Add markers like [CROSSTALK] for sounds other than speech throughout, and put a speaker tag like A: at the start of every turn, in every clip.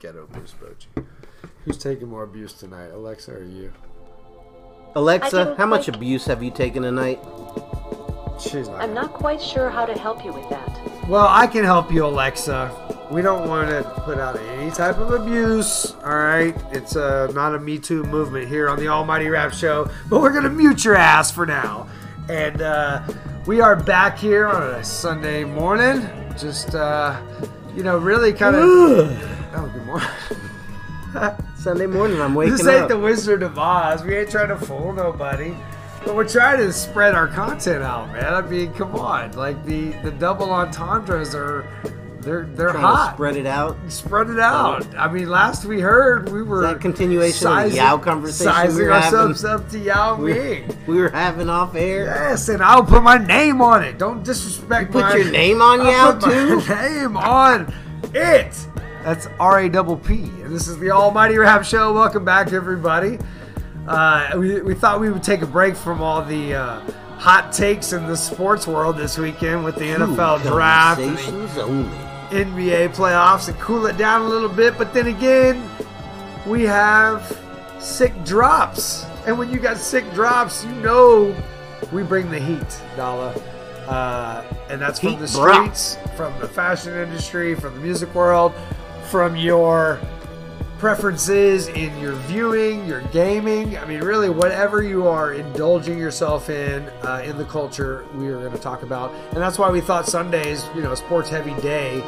A: Ghetto Bruce Bochy. Who's taking more abuse tonight, Alexa or you?
B: Alexa,
C: didn't
B: how much
C: like-
B: abuse have you taken tonight?
A: She's not.
C: I'm
A: gonna-
C: not quite sure how to help you with that.
D: Well, I can help you, Alexa.
A: We don't want to put out any type.
D: Type of abuse, all right? It's uh, not a Me Too movement here on the Almighty Rap Show, but we're going to mute your ass for now. And uh, we are back here on a Sunday morning. Just, uh, you know, really
C: [SIGHS]
D: kind of. oh, good morning.
B: Sunday morning, I'm waking
D: This ain't
B: up.
D: the Wizard of Oz. We ain't trying to fool nobody. But we're trying to spread our content out, man. I mean, come on. Like the the double entendres are they're they're
B: Trying to
D: hot.
B: spread it out.
D: Spread it out. I mean, last we heard, we were
B: that continuation of the
D: sizing-
B: Yao conversation we
D: sizing
B: were
D: ourselves up to Yao
B: We,
D: Ming.
B: [LAUGHS] we were having off air.
D: Yes, and I'll put my name on it. Don't disrespect
B: You put
D: my-
B: your name on
D: I'll
B: Yao,
D: put [LAUGHS] my
B: too?
D: Name on it. That's R A double P, and this is the Almighty Rap Show. Welcome back, everybody. Uh, we, we thought we would take a break from all the uh, hot takes in the sports world this weekend with the NFL draft and the
B: Conversations only.
D: NBA playoffs and cool it down a little bit. But then again, we have sick drops. And when you got sick drops, you know we bring the heat, Dala. Uh, and that's from
B: Heat
D: the
B: drop.
D: streets, from the fashion industry, from the music world, from your preferences in your viewing, your gaming. I mean, really, whatever you are indulging yourself in, uh, in the culture, we are going to talk about. And that's why we thought Sundays, you know, a sports heavy day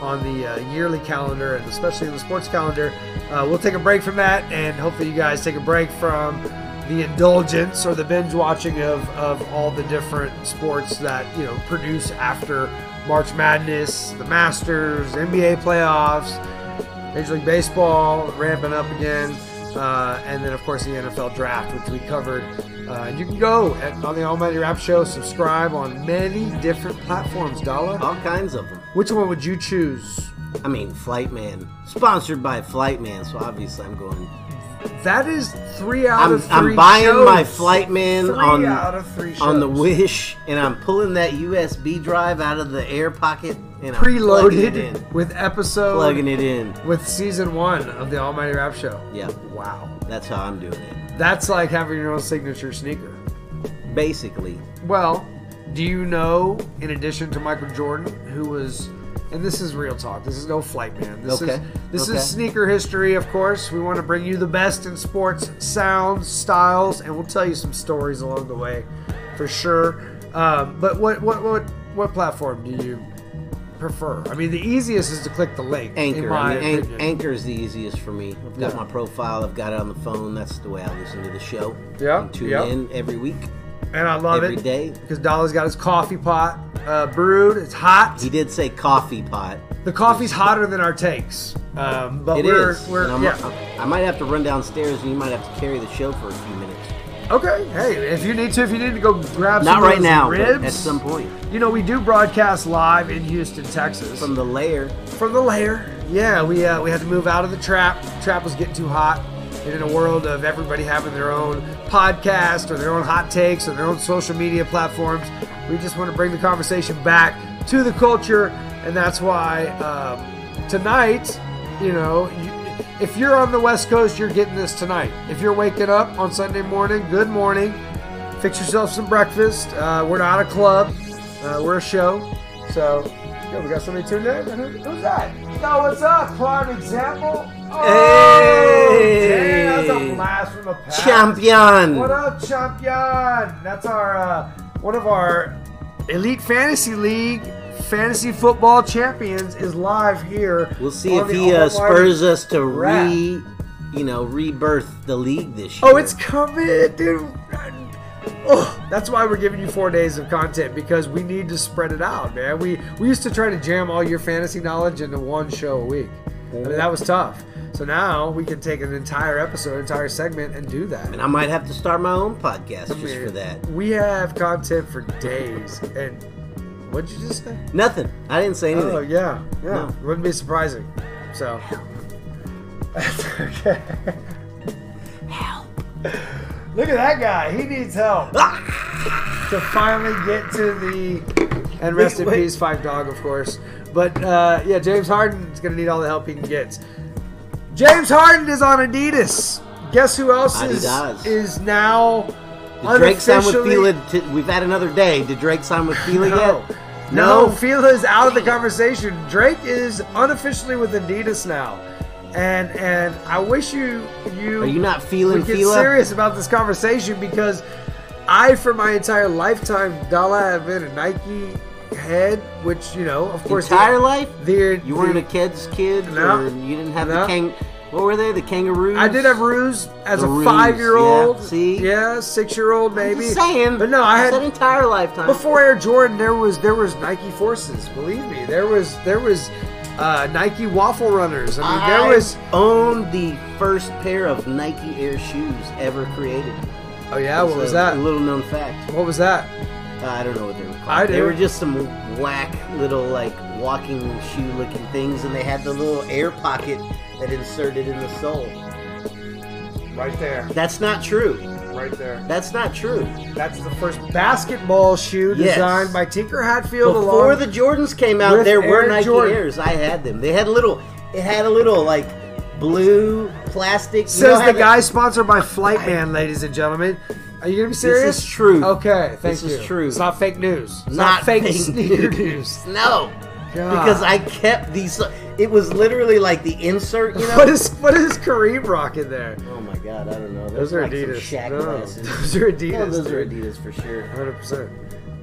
D: on the uh, yearly calendar and especially in the sports calendar. Uh, we'll take a break from that and hopefully you guys take a break from the indulgence or the binge watching of, of all the different sports that, you know, produce after March Madness, the Masters, NBA playoffs. Major League Baseball ramping up again, uh, and then of course the NFL Draft, which we covered. Uh, and you can go at, on the Almighty Rap Show, subscribe on many different platforms. Dollar,
B: All kinds of them.
D: which one would you choose?
B: I mean, Flightman. Sponsored by Flightman, so obviously I'm going.
D: That is three out
B: I'm,
D: of three.
B: I'm buying
D: shows.
B: my Flightman
D: Three
B: on,
D: out of three
B: on the
D: shows.
B: Wish, and I'm pulling that USB drive out of the air pocket and I'm plugging it in.
D: preloaded with episode
B: Plugging it in.
D: with season one of the Almighty Rap Show.
B: Yeah,
D: Wow,
B: that's how I'm doing it.
D: that's like having your own signature sneaker.
B: Basically,
D: Well, do you know, in addition to Michael Jordan, who was, and this is real talk. This is no flight man. This is
B: Okay.
D: this
B: Okay.
D: is sneaker history, of course. We want to bring you the best in sports sounds, styles, and we'll tell you some stories along the way, for sure. Um, but what what what what platform do you prefer? I mean, the easiest is to click the link. In
B: Anchor.
D: my
B: I mean, an-
D: opinion.
B: Anchor is the easiest for me. I've got
D: Yeah.
B: my profile. I've got it on the phone. That's the way I listen to the show.
D: Yeah,
B: And Tune
D: yeah.
B: in every week,
D: and I love
B: every
D: it
B: day.
D: because Dollar's got his coffee pot uh, brewed. It's hot.
B: He did say coffee pot.
D: The coffee's hotter than our takes, um, but
B: It
D: we're
B: is.
D: we're
B: And I'm-
D: yeah.
B: I might have to run downstairs, and you might have to carry the show for a few minutes.
D: Okay, hey, if you need to, if you need to go grab some
B: Not
D: of
B: right
D: those
B: now, but
D: ribs
B: at some point.
D: You know, we do broadcast live in Houston, Texas,
B: From
D: from,
B: the lair,
D: the lair. Yeah, we uh, we had to move out of the trap. trap was getting too hot. And in a world of everybody having their own podcast or their own hot takes or their own social media platforms, we just want to bring the conversation back to the culture, and that's why um, tonight, you know. You, if you're on the West Coast, you're getting this tonight. If you're waking up on Sunday morning, good morning fix yourself some breakfast. Uh, we're not a club, uh, we're a show. So, yeah, we got somebody tuned in. Who, who's that? No, what's up? Prime example. Oh,
B: Hey!
D: damn, that's a blast from the past.
B: champion.
D: What up, champion? That's our uh, one of our elite fantasy league fantasy football champions is live here.
B: We'll see
D: on
B: if
D: the
B: he uh,
D: Almighty-
B: spurs us to
D: Rat.
B: re, you know, rebirth the league this year.
D: Oh, it's coming, dude. Oh, that's why we're giving you four days of content because we need to spread it out, man. We we used to try to jam all your fantasy knowledge into one show a week. I mean, that was tough. So now we can take an entire episode, entire segment, and do that.
B: And I might have to start my own podcast just for that.
D: We have content for days. and what'd you just say?
B: Nothing. I didn't say anything.
D: Oh yeah, yeah.
B: No.
D: Wouldn't be surprising. So. That's [LAUGHS] okay. Help. Look at that guy. He needs help to finally get to the. And rest in
B: wait.
D: peace, Five Dog, of course. But uh, yeah, James Harden's gonna need all the help he can get. James Harden is on Adidas. Guess who else is,
B: Adidas.
D: is now
B: Did Drake sign with
D: unofficially-
B: Fila? T- we've had another day. Did Drake sign
D: [LAUGHS]
B: with Fila
D: No.
B: yet?
D: No,
B: No.
D: Fila is out of the conversation. Drake is unofficially with Adidas now, and and I wish you you
B: Are you not
D: would
B: feeling
D: get
B: Fila?
D: serious about this conversation because I, for my entire lifetime, Dala have been a Nike head, which you know, of course,
B: Entire life?
D: the,
B: You weren't
D: the-
B: a kid's kid,
D: No.
B: or you didn't have
D: No.
B: the kang. What were they? The kangaroos?
D: I did have ruse as
B: The
D: a
B: ruse,
D: five year old.
B: yeah. See?
D: six year old
B: I'm
D: maybe.
B: just saying.
D: But no, I
B: It's an
D: had
B: entire lifetime.
D: before Air Jordan there was there was Nike Forces, believe me. There was there was uh, Nike waffle runners. I mean
B: I
D: there was
B: owned the first pair of Nike Air shoes ever created.
D: Oh yeah,
B: It's
D: what
B: a
D: was that?
B: Little known fact.
D: What was that?
B: Uh, I don't know what they were called.
D: I
B: they
D: do.
B: were just some whack little like walking shoe looking things, and they had the little air pocket that inserted in the sole.
D: Right there.
B: That's not true.
D: Right there.
B: That's not true.
D: That's the first basketball shoe
B: Yes.
D: designed by Tinker Hatfield
B: Before
D: along
B: the Jordans came out,
D: with
B: there were
D: Air
B: Nike
D: Jordan.
B: Airs. I had them. They had little. It had a little like blue plastic. you know
D: Says
B: how
D: the guy sponsored by Flight Man, ladies and gentlemen. Are you gonna be serious?
B: is true.
D: Okay, thank
B: This
D: you.
B: is true.
D: It's not fake news. It's
B: Not
D: fake,
B: fake
D: sneaker
B: news.
D: [LAUGHS] news.
B: No,
D: God.
B: because I kept these. It was literally like the insert.
D: [LAUGHS]
B: You know.
D: What is what is Kareem rocking there?
B: Oh my god, I don't know.
D: Those
B: That's
D: are
B: like some
D: Adidas.
B: Shaq
D: No,
B: glasses.
D: those are [LAUGHS] Adidas,
B: No, those are
D: dude.
B: Adidas for sure.
D: Hundred percent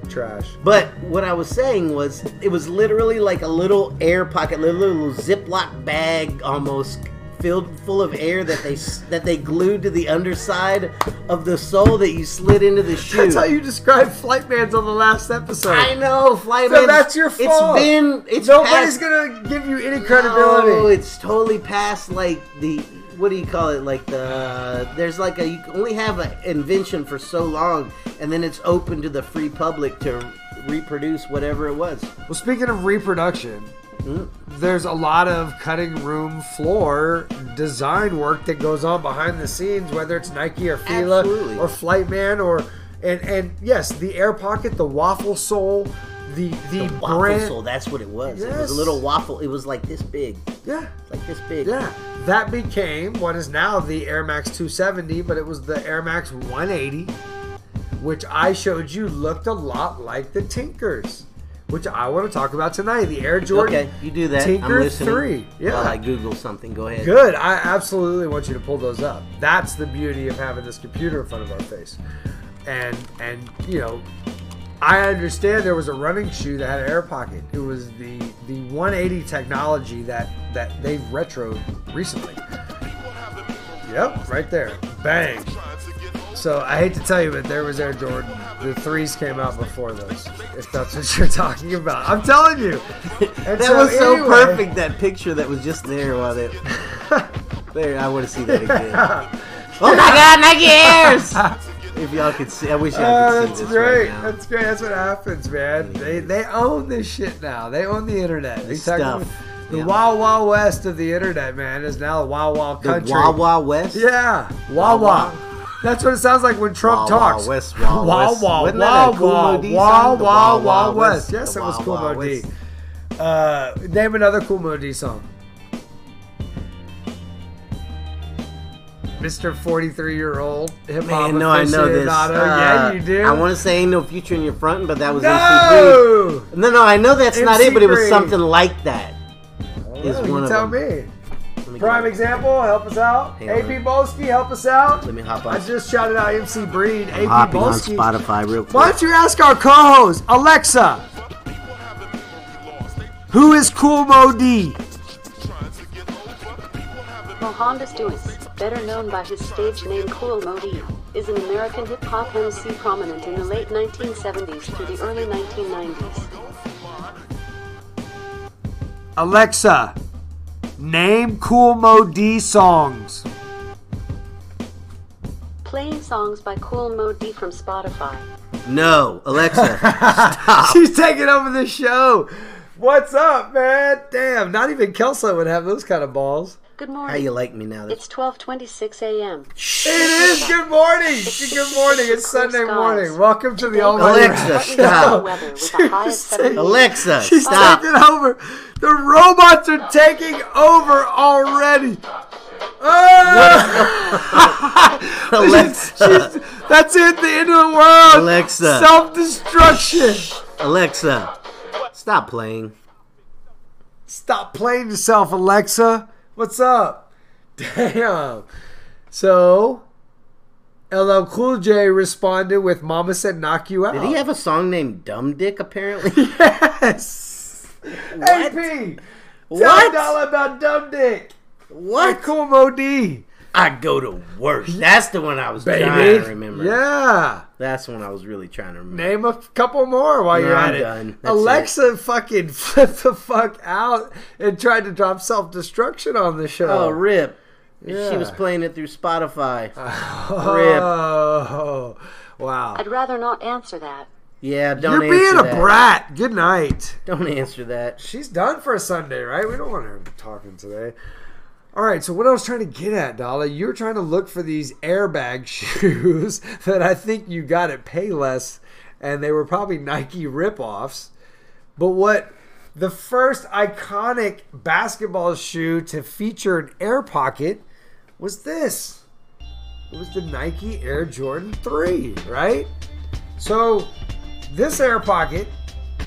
D: trash.
B: But what I was saying was, it was literally like a little air pocket, little, little Ziploc bag almost filled full of air that they s- that they glued to the underside of the sole that you slid into the shoe.
D: That's how you described Flight Man's on the last episode.
B: I know, flyman.
D: So that's your fault.
B: It's been it's
D: Nobody's
B: past-
D: gonna give you any
B: No,
D: credibility.
B: it's totally past like the what do you call it? Like the there's like a you can only have an invention for so long, and then it's open to the free public to reproduce whatever it was.
D: well, speaking of reproduction, there's a lot of cutting room floor design work that goes on behind the scenes, whether it's Nike or Fila
B: Absolutely.
D: or Flight Man or and and yes, the air pocket, the waffle sole, the the,
B: Waffle
D: brand.
B: sole, that's what it was. It
D: Yes.
B: was a little waffle. It was like this big,
D: Yeah.
B: like this big.
D: Yeah, that became what is now the Air Max 270, but it was the Air Max 180, which I showed you looked a lot like the Tinkers, which I want to talk about tonight. The Air Jordan.
B: Okay, you do that.
D: Tinker
B: I'm listening.
D: three. Yeah.
B: While I Google something, go ahead.
D: Good. I absolutely want you to pull those up. That's the beauty of having this computer in front of our face. And and you know, I understand there was a running shoe that had an air pocket. It was the the 180 technology that that they've retroed recently. Yep, right there. Bang. So I hate to tell you, but there was Air Jordan. The threes came out before those. If that's what you're [LAUGHS] talking about, I'm telling
B: [LAUGHS]
D: you. And
B: That was so
D: anyway-
B: perfect. That picture that was just there while they.
D: [LAUGHS]
B: there, I want to see that again. Oh my God, Nike
C: [LAUGHS]
B: Airs! if y'all could see, I wish y'all
D: Oh,
B: could
D: that's
B: see this
D: great.
B: right now.
D: that's great. That's what happens, man. They they own this shit now. They own the internet. They
B: Stuff.
D: technically- The
B: Yeah.
D: wild wild west of the internet, man, is now the wild wild
B: The
D: country.
B: Wawa West.
D: Yeah, Wawa.
B: Wawa.
D: That's what it sounds like when Trump
B: Wawa
D: talks.
B: West, Wawa West.
D: Wawa,
B: Wasn't that a Kool
D: Wawa,
B: Moe D song? The
D: Wawa,
B: Wawa
D: Wawa
B: West.
D: West. Yes,
B: The
D: it was Cool
B: Wawa
D: Mo D.
B: West.
D: Uh, name another Cool Mo D song. Mr. 43 year old hip hop
B: Man, no, I know this.
D: aficionado.
B: Uh,
D: yeah, you do.
B: I want to say "Ain't No Future in Your Front," but that was MC
D: No!
B: Breed. No, no, I know that's not it, but
D: MC
B: it was
D: Breed.
B: something like that. Is
D: Oh,
B: one
D: you
B: of
D: tell
B: them.
D: me.
B: Let me
D: Prime
B: go.
D: example, help us out.
B: Hang
D: AP Bolsky, help us out.
B: Let me hop
D: I
B: on.
D: just shouted out MC Breed, AP
B: Hopping on
D: Bolsky.
B: Spotify real quick.
D: Why don't you ask our co-host, Alexa, who is Cool Mo D?
C: Mohammed Dewis, better known by his stage name Cool Modi, is an American hip hop MC prominent in the late 1970s through the early 1990s.
D: Alexa, name Cool Mo D songs.
C: Playing songs by Cool Modi from Spotify.
B: No, Alexa,
D: She's taking over the show. What's up, man? Damn, not even Kelso would have those kind of balls.
C: Good
B: how
C: morning.
B: you like me now?
C: It's 12:26 a.m.
D: It is good morning. Good morning. It's Sunday morning. Welcome to the Almighty
B: Alexa,
D: Rock
B: stop.
C: Weather with a
D: [LAUGHS]
C: high of
D: She's
C: 78.
B: Alexa,
D: She's
B: stop.
D: taking over. The robots are taking over already.
B: Alexa.
D: Ah! [LAUGHS] She's- that's it. The end of the world.
B: Alexa.
D: Self destruction.
B: Alexa, stop playing.
D: Stop playing yourself, Alexa. What's up? [LAUGHS] Damn. So, LL Cool J responded with "Mama said knock you out."
B: Did he have a song named Dumb Dick? Apparently,
D: [LAUGHS] yes. AP.
B: What?
D: Tell all about dumb dick.
B: what?
D: Cool Modi.
B: I go to work. That's the one I was trying
D: Baby.
B: to remember.
D: Yeah.
B: That's the one I was really trying to remember.
D: Name a couple more while
B: No,
D: you're
B: I'm
D: at
B: done.
D: it.
B: That's
D: Alexa fucking [LAUGHS] flipped the fuck out and tried to drop self destruction on the show.
B: Oh, rip. She
D: Yeah.
B: was playing it
D: [LAUGHS]
B: through Spotify. rip.
D: Oh, wow.
C: I'd rather not answer that.
B: Yeah, don't
D: You're
B: answer
D: being a
B: that.
D: brat. Good night.
B: Don't answer that.
D: She's done for a Sunday, right? We don't want her.
A: talking today.
D: All right, so what I was trying to get at, Dala, you were trying to look for these airbag [LAUGHS] shoes that I think you got at Payless, and they were probably Nike ripoffs. But what the first iconic basketball shoe to feature an air pocket was this. It was the Nike Air Jordan 3, right? So this air pocket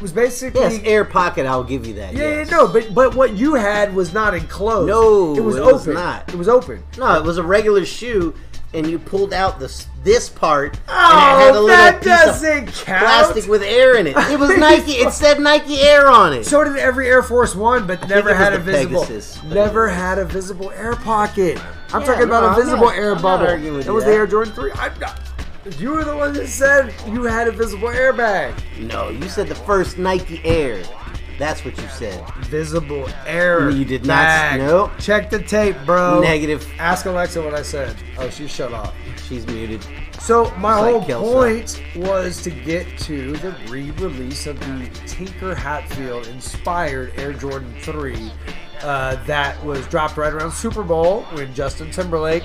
D: was basically
B: Yes, air pocket. I'll give you that.
D: yeah,
B: yes.
D: yeah, no, but but what you had was not enclosed.
B: No,
D: it was
B: it
D: open.
B: was not.
D: It was open.
B: No, it was a regular shoe, and you pulled out this this part. and it had a
D: Oh,
B: little
D: that
B: piece of
D: doesn't count.
B: Plastic with air in it.
D: [LAUGHS]
B: It was Nike. It said Nike Air on it.
D: So did every Air Force One, but never
B: it was
D: had a
B: the
D: visible,
B: Pegasus.
D: never had a visible air pocket. I'm
B: Yeah,
D: talking about
B: no,
D: a
B: I'm
D: visible
B: not-
D: air
B: I'm not
D: bubble.
B: arguing with
D: that
B: you
D: was the
B: there.
D: Air Jordan Three. I'm not. You were the one that said you had a visible airbag.
B: No, you said the first Nike Air. That's what you said.
D: Visible air.
B: You did not-
D: bag.
B: nope.
D: Check the tape, bro.
B: Negative.
D: Ask Alexa what I said. Oh, she shut off.
B: She's muted.
D: So my
B: It's
D: whole
B: like Kelso.
D: point was to get to the re-release of the Tinker Hatfield inspired Air Jordan 3 uh, that was dropped right around Super Bowl when Justin Timberlake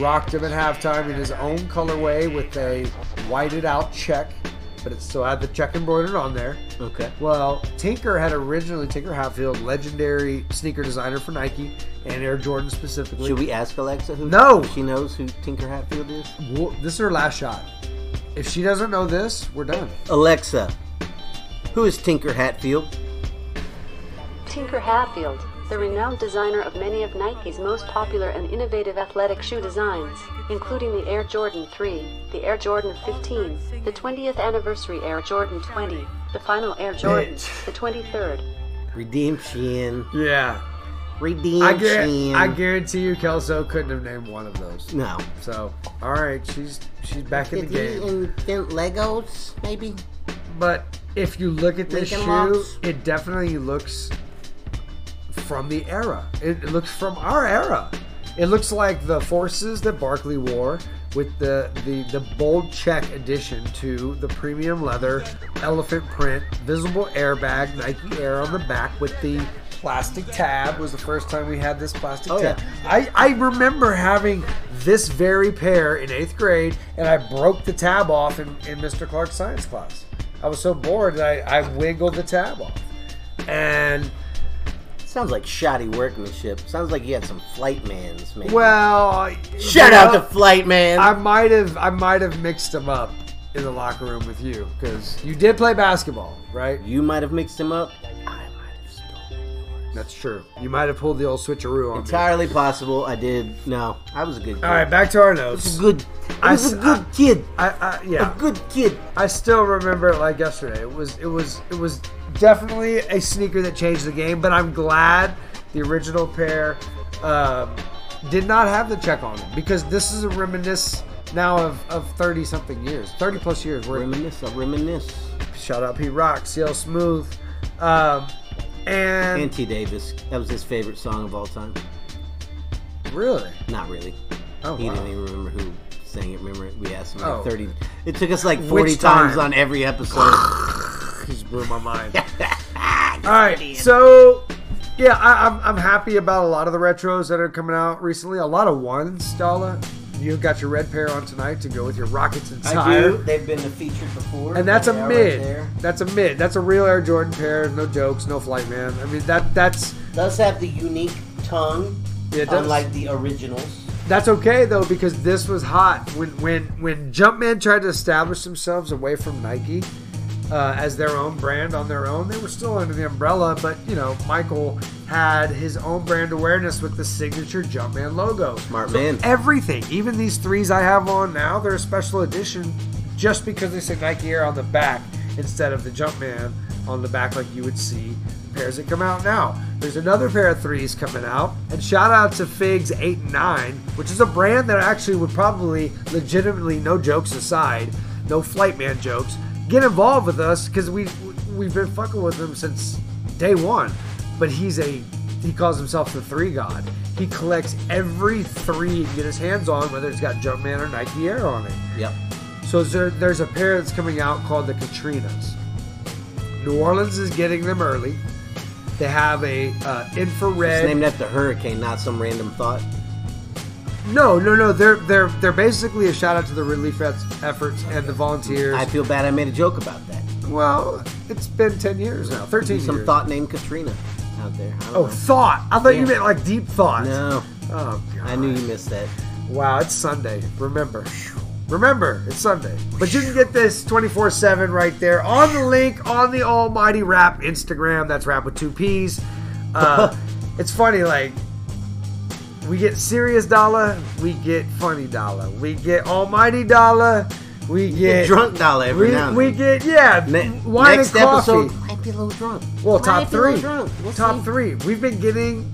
D: rocked him at halftime in his own colorway with a whited out check, but it still had the check embroidered on there.
B: Okay.
D: Well, Tinker had originally Tinker Hatfield, legendary sneaker designer for Nike and Air Jordan specifically.
B: Should we ask Alexa who?
D: No.
B: She knows who Tinker Hatfield is.
D: Well, this is her last shot. If she doesn't know this, we're done.
B: Alexa, who is Tinker Hatfield?
C: Tinker Hatfield, the renowned designer of many of Nike's most popular and innovative athletic shoe designs, including the Air Jordan 3, the Air Jordan 15, the 20th anniversary Air Jordan 20, the final Air Jordan,
D: Bitch.
C: the 23rd.
B: Redemption.
D: Yeah.
B: Redemption.
D: I, guarantee, I guarantee you Kelso couldn't have named one of those.
B: No.
D: So, all right, she's she's back in the
B: Did he
D: game.
B: invent Legos? Maybe.
D: But if you look at this
B: Lincoln
D: shoe,
B: Logs?
D: it definitely looks from the era. It, it looks from our era. It looks like the forces that Barkley wore with the, the, the bold check addition to the premium leather elephant print, visible airbag, Nike Air on the back with the plastic tab was the first time we had this plastic
B: Oh,
D: tab.
B: yeah.
D: I, I remember having this very pair in eighth grade, and I broke the tab off in, in Mr. Clark's science class. I was so bored that I, I wiggled the tab off. And,
B: Sounds like shoddy workmanship. Sounds like you had some flight mans, man.
D: well.
B: shout
D: you
B: out
D: know,
B: to flight man.
D: I might have I might have mixed them up in the locker room with you because you did play basketball, right?
B: you might have mixed him up. I might have stolen.
D: That's true. You might have pulled the old switcheroo on me.
B: Entirely possible. I did. No, I was a good. Kid.
D: All right, back to our notes.
B: Good. I
D: I
B: was a
D: s-
B: good kid.
D: I, I, yeah.
B: A good kid.
D: I still remember it like yesterday. It was it was it was definitely a sneaker that changed the game, but I'm glad the original pair um, did not have the check on them because this is a reminisce now of of 30 something years, 30 plus years. We're
B: Reminisce. I reminisce.
D: shout out Pete Rock, CL Smooth, um,
B: And
D: and
B: T. Davis. That was his favorite song of all time.
D: [LAUGHS] really
B: Not really.
D: Oh,
B: he
D: wow.
B: didn't even remember who sang it. Remember, we asked him like
D: Oh.
B: 30. It took us like 40 times
D: time?
B: on every episode.
D: just blew my mind. [LAUGHS] All right, so yeah, I, I'm I'm happy about a lot of the retros that are coming out recently. A lot of ones, Dala. You got your red pair on tonight to go with your Rockets and Tire.
B: They've been featured before.
D: And that's
B: They
D: a
B: are
D: mid.
B: right there.
D: that's a mid. That's a real Air Jordan pair. No jokes, no flight, man. I mean that that's
B: Does have the unique tongue
D: Yeah, it does.
B: unlike the originals.
D: That's okay though because this was hot when when when Jumpman tried to establish themselves away from Nike uh, as their own brand on their own. They were still under the umbrella, but you know Michael had his own brand awareness with the signature Jumpman logo.
B: Smart man.
D: Everything, even these threes I have on now, they're a special edition just because they say Nike Air on the back instead of the Jumpman on the back like you would see the pairs that come out now. There's another pair of threes coming out, and shout out to Figs 8 and 9, which is a brand that actually would probably legitimately, no jokes aside, no flight man jokes, get involved with us because we we've been fucking with him since day one. But he's a he calls himself the three god. He collects every three he can get his hands on, whether it's got Jumpman or Nike Air on it.
B: Yep.
D: So there, there's a pair that's coming out called the Katrinas. New Orleans is getting them early. They have a uh,
B: It's
D: infrared.
B: named after Hurricane, not some random thought.
D: no, no, no. They're they're they're basically a shout out to the relief ef- efforts and the volunteers.
B: I feel bad I made a joke about that.
D: well, it's been ten years now, thirteen
B: Some
D: years.
B: thought named Katrina out there. I don't
D: Oh,
B: know.
D: thought. I thought you
B: Yeah.
D: meant like deep thought.
B: No,
D: Oh, God.
B: I knew you missed that.
D: Wow, it's Sunday. Remember. Remember, it's Sunday. But you can get this 24 7 right there on the link on the Almighty Rap Instagram. That's Rap with Two P's.
B: [LAUGHS]
D: Uh, it's funny, like, we get Serious Dollar, we get Funny Dollar, we get Almighty Dollar, we get.
B: Drunk dollar every
D: we,
B: now and
D: we
B: then.
D: get, yeah,
B: Ne-
D: wine
B: next
D: and coffee.
B: episode, might be a little drunk.
D: Well,
B: Might
D: top
B: be a little
D: three.
B: drunk. We'll
D: top
B: see.
D: three. We've been getting.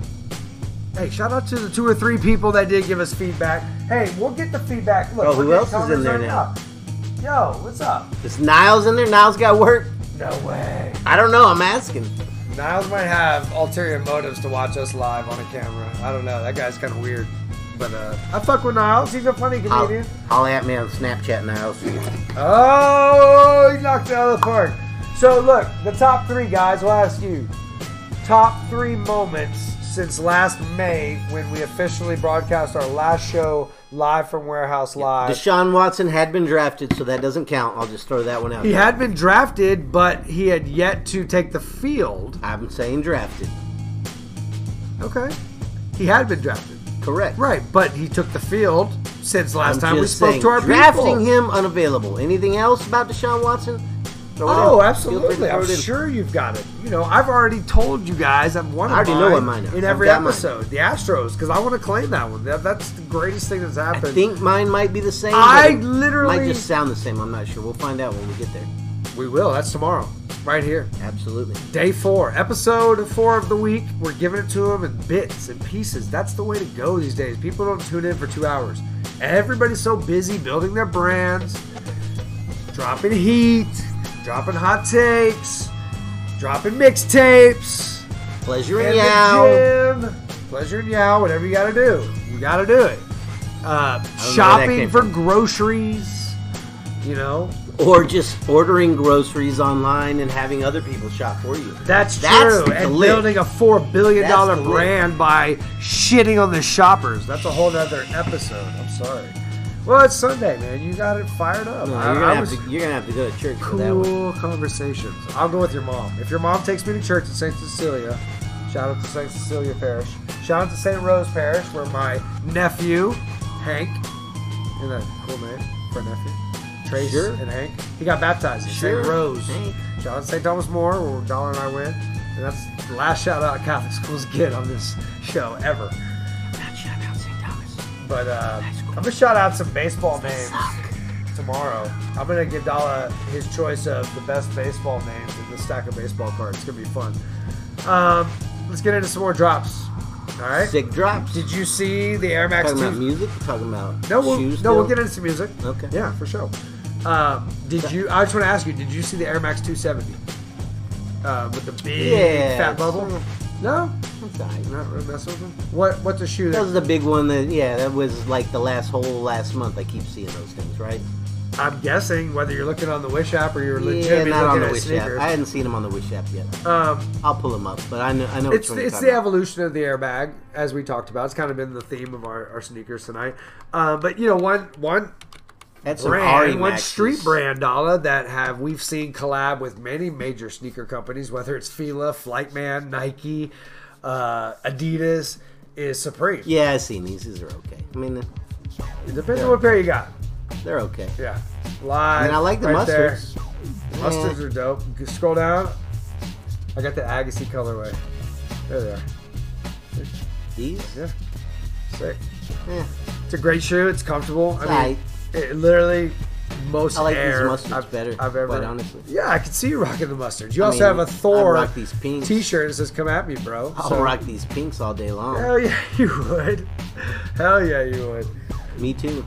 D: Hey, shout out to the two or three people that did give us feedback. Hey, we'll get the feedback. Look,
B: Oh, who
D: we're
B: else is
D: getting
B: in there
D: comments
B: now?
D: right now. Yo, what's up?
B: Is Niles in there? Niles got work?
D: No way.
B: I don't know. I'm asking.
D: Niles might have ulterior motives to watch us live on a camera. I don't know. That guy's kind of weird. But uh, I fuck with Niles. He's a funny
B: Holla
D: comedian.
B: holla at me on Snapchat, Niles.
D: Oh, he knocked it out of the park. So look, the top three guys. We'll ask you. Top three moments since last May when we officially broadcast our last show live from Warehouse Live.
B: Deshaun Watson had been drafted, so that doesn't count. I'll just throw that one out.
D: he
B: there.
D: had been drafted, but he had yet to take the field.
B: I'm saying drafted.
D: Okay, he had been drafted,
B: Correct.
D: right? But he took the field since last
B: I'm
D: time we
B: just
D: spoke
B: saying,
D: to our
B: drafting
D: people.
B: him unavailable. Anything else about Deshaun Watson? Throw it in. Feel
D: Oh,
B: free to
D: absolutely.
B: throw
D: I'm
B: it in.
D: sure you've got it. You know, I've already told you guys. I'm one of
B: I already know what mine is.
D: in
B: I've
D: every
B: got mine.
D: episode. The Astros, because I want to claim that one. That, that's the greatest thing that's
B: I
D: happened.
B: think mine might be the same.
D: I
B: but it
D: literally-
B: might just sound the same. I'm not sure. We'll find out when we get there.
D: we will. That's tomorrow, right here,
B: Absolutely.
D: day four, episode four of the week. We're giving it to them in bits and pieces. That's the way to go these days. People don't tune in for two hours. Everybody's so busy building their brands, dropping heat, dropping hot takes, dropping mixtapes.
B: Pleasure
D: in
B: and
D: the
B: yow.
D: gym. Pleasure and yow, whatever you gotta do. You gotta do it. Uh,
B: know where that
D: shopping
B: came
D: for
B: from.
D: groceries, you know.
B: Or just ordering groceries online and having other people shop for you.
D: That's true.
B: That's the
D: and
B: lick.
D: building a four billion
B: That's
D: dollar
B: the lick.
D: brand by shitting on the shoppers. That's a whole nother episode. I'm sorry. Well, it's Sunday, man. You got it fired up.
B: No, you're,
D: I-
B: gonna
D: I
B: have
D: was-
B: to, you're gonna have to go to church for that one.
D: cool conversations. I'll go with your mom. If your mom takes me to church at St. Cecilia, shout out to St. Cecilia Parish. Shout out to St. Rose Parish, where my nephew, Hank, isn't that a cool name for a nephew? Trace
B: Sure.
D: and Hank. He got baptized in
B: Sure.
D: St. Rose.
B: Hank.
D: Shout out to St. Thomas More, where Dollar and I went. And that's the last shout out Catholic schools get on this show ever. But uh, I'm gonna shout out some baseball names tomorrow. I'm gonna give Dala his choice of the best baseball names in the stack of baseball cards. It's gonna be fun. Um, let's get into some more drops. All right.
B: Sick drops.
D: Did you see the Air Max
B: talking about
D: 2?
B: music? We're talking about
D: No, we'll,
B: shoes.
D: no, we'll
B: still?
D: get into some music.
B: Okay.
D: Yeah, for sure. Um, did you? I just want to ask you. Did you see the Air Max 270 uh, with the big
B: Yeah,
D: fat
B: it's-
D: bubble? No,
B: That's all right.
D: not really messing with them. What? What's a shoe?
B: That
D: That,
B: was the big one that, yeah, that was like the last whole last month. I keep seeing those things, right?
D: I'm guessing whether you're looking on the Wish app or you're
B: Yeah,
D: legitimately
B: not on
D: looking
B: the
D: at
B: Wish
D: sneakers.
B: app. I hadn't seen them on the Wish app yet.
D: um,
B: I'll pull them up, but I know, I know
D: it's
B: which one
D: it's
B: you're
D: the
B: talking
D: evolution of the airbag, as we talked about. It's kind of been the theme of our, our sneakers tonight. Uh, but you know, one one
B: about. That's some Ari
D: brand, one
B: Maxes.
D: street brand, Dala, that have we've seen collab with many major sneaker companies, whether it's Fila, Flightman, Nike, uh, Adidas. is Supreme.
B: Yeah, I've seen these. These are okay. I mean,
D: It depends on what pair you got.
B: they're okay.
D: Yeah. Live.
B: I mean, I like the
D: right there.
B: mustards.
D: Mustards are dope. G- Scroll down. I got the Agassi colorway. There they are.
B: These?
D: Yeah. Sick.
B: Eh,
D: It's a great shoe. It's comfortable. I mean,
B: Right.
D: it literally most
B: I like these
D: air
B: mustards
D: I've,
B: better,
D: I've ever.
B: quite honestly.
D: Yeah, I can see you rocking the mustards. You
B: I
D: also
B: mean,
D: have a
B: I
D: Thor
B: rock these pinks.
D: T-shirt that says "Come at me, bro."
B: I'll
D: So-
B: rock these pinks all day long.
D: Hell yeah, [LAUGHS] you would. Hell yeah, you would. [LAUGHS]
B: Me too.